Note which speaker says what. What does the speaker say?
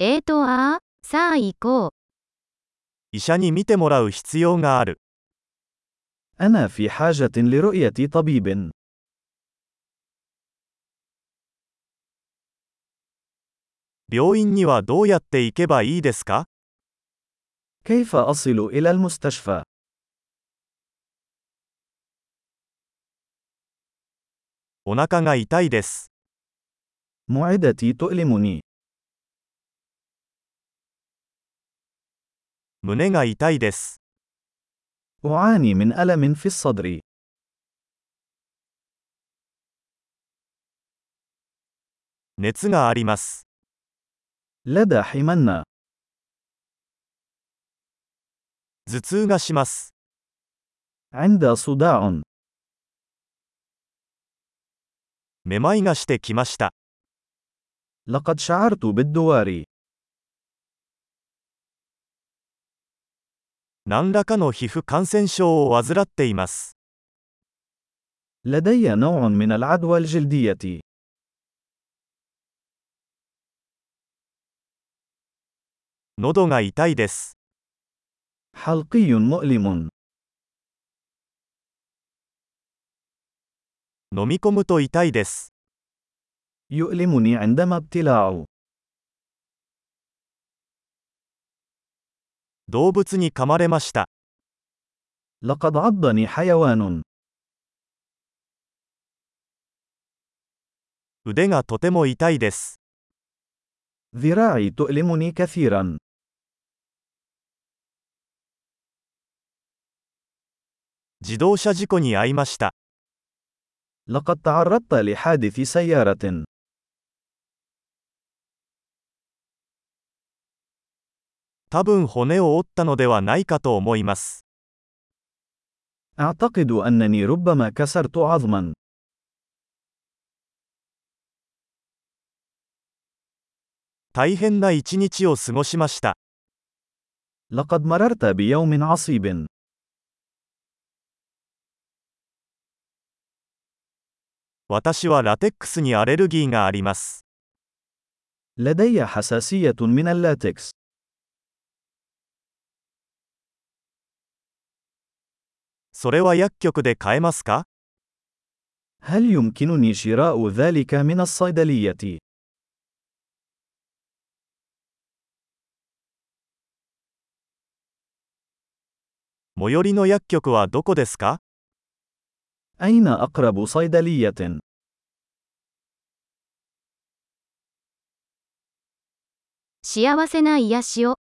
Speaker 1: えーとあー、さあ行こう。
Speaker 2: 医者に診てもらう必要がある。
Speaker 3: أنا في حاجة لرؤية طبيب.
Speaker 2: 病院にはどうやって行けばいいですか
Speaker 3: كيف أصل إلى المستشفى؟
Speaker 2: お腹が痛いです。
Speaker 3: معدتي تؤلمني.
Speaker 2: 胸が痛いです。
Speaker 3: أعاني من ألم في الصدر.
Speaker 2: 熱があります。
Speaker 3: لدى حمنة.
Speaker 2: 頭痛がします。
Speaker 3: عند صداع.
Speaker 2: めまいがしてきました。
Speaker 3: لقد شعرت بالدوار.
Speaker 2: 何らかの皮膚感染症を患っています。
Speaker 3: لدي نوع من العدوى الجلدية.
Speaker 2: 喉が痛いです。
Speaker 3: حلقي مؤلم.
Speaker 2: 飲み込むと痛いです。
Speaker 3: يؤلمني عندما ابتلاع.
Speaker 2: 動物に噛まれました。
Speaker 3: لقد عضني حيوان.
Speaker 2: 腕がとても痛いです。
Speaker 3: ذراعي تؤلمني كثيرا.
Speaker 2: 自動車事故に遭いました。
Speaker 3: لقد تعرضت لحادث سيارة.
Speaker 2: 多分骨を折ったのではないかと思います。
Speaker 3: أعتقد أنني ربما كسرت عظما.
Speaker 2: 大変な一日を過ごしました。
Speaker 3: لقد مررت بيوم عصيب.
Speaker 2: 私はラテックスにアレルギーがあります。
Speaker 3: لدي حساسية من اللاتكس.
Speaker 2: それは薬局で買えますか
Speaker 3: هل يمكنني شراء ذلك من الصيدلية؟
Speaker 2: 最寄りの薬局はどこですか
Speaker 3: أين أقرب صيدلية؟
Speaker 1: 幸せな癒しを。